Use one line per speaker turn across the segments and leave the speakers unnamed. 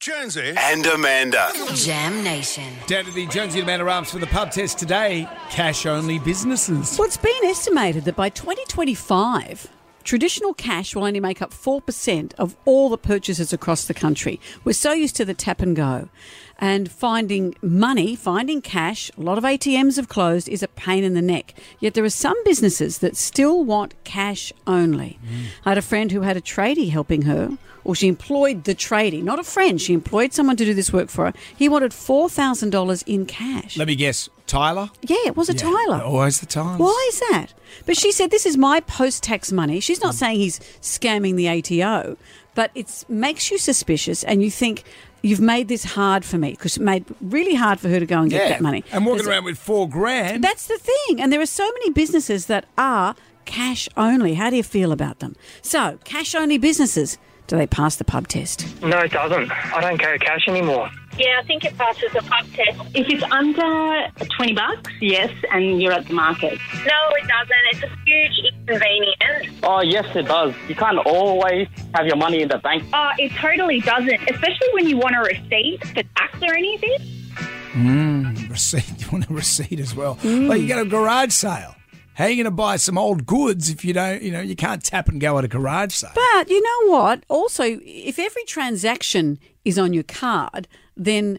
Jonesy.
and Amanda.
Jam Nation.
Down to the Jonesy and Manor Arms for the pub test today. Cash only businesses.
Well, it's been estimated that by 2025, traditional cash will only make up 4% of all the purchases across the country. We're so used to the tap and go. And finding money, finding cash, a lot of ATMs have closed, is a pain in the neck. Yet there are some businesses that still want cash only.
Mm.
I had a friend who had a tradie helping her, or she employed the tradie, not a friend, she employed someone to do this work for her. He wanted $4,000 in cash.
Let me guess, Tyler? Oh,
yeah, it was a Tyler.
Always the Tyler.
Why is that? But she said, This is my post tax money. She's
Mm.
not saying he's scamming the ATO, but it makes you suspicious and you think, You've made this hard for me because it made it really hard for her to go and get that money.
And walking
There's-
around with four grand.
That's the thing. And there are so many businesses that are cash only. How do you feel about them? So, cash only businesses, do they pass the pub test?
No, it doesn't. I don't carry cash anymore.
Yeah, I think it passes the pub test.
If it's under 20 bucks, yes, and you're at the market.
No, it doesn't. It's a huge inconvenience.
Oh, yes, it does. You can't always have your money in the bank.
Oh, it totally doesn't, especially when you want a receipt for tax or anything.
receipt. You want a receipt as well. Like you got a garage sale. How are you going to buy some old goods if you don't, you know, you can't tap and go at a garage sale?
But you know what? Also, if every transaction is on your card, then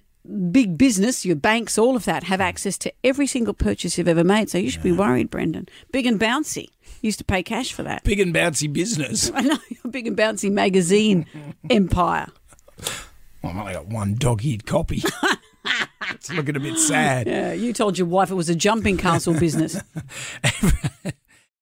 big business, your banks, all of that have access to every single purchase you've ever made. So you should be worried, Brendan. Big and bouncy used to pay cash for that.
Big and bouncy business.
I know your big and bouncy magazine empire.
Well, I've only got one dog-eared copy. it's looking a bit sad.
Yeah, you told your wife it was a jumping castle business.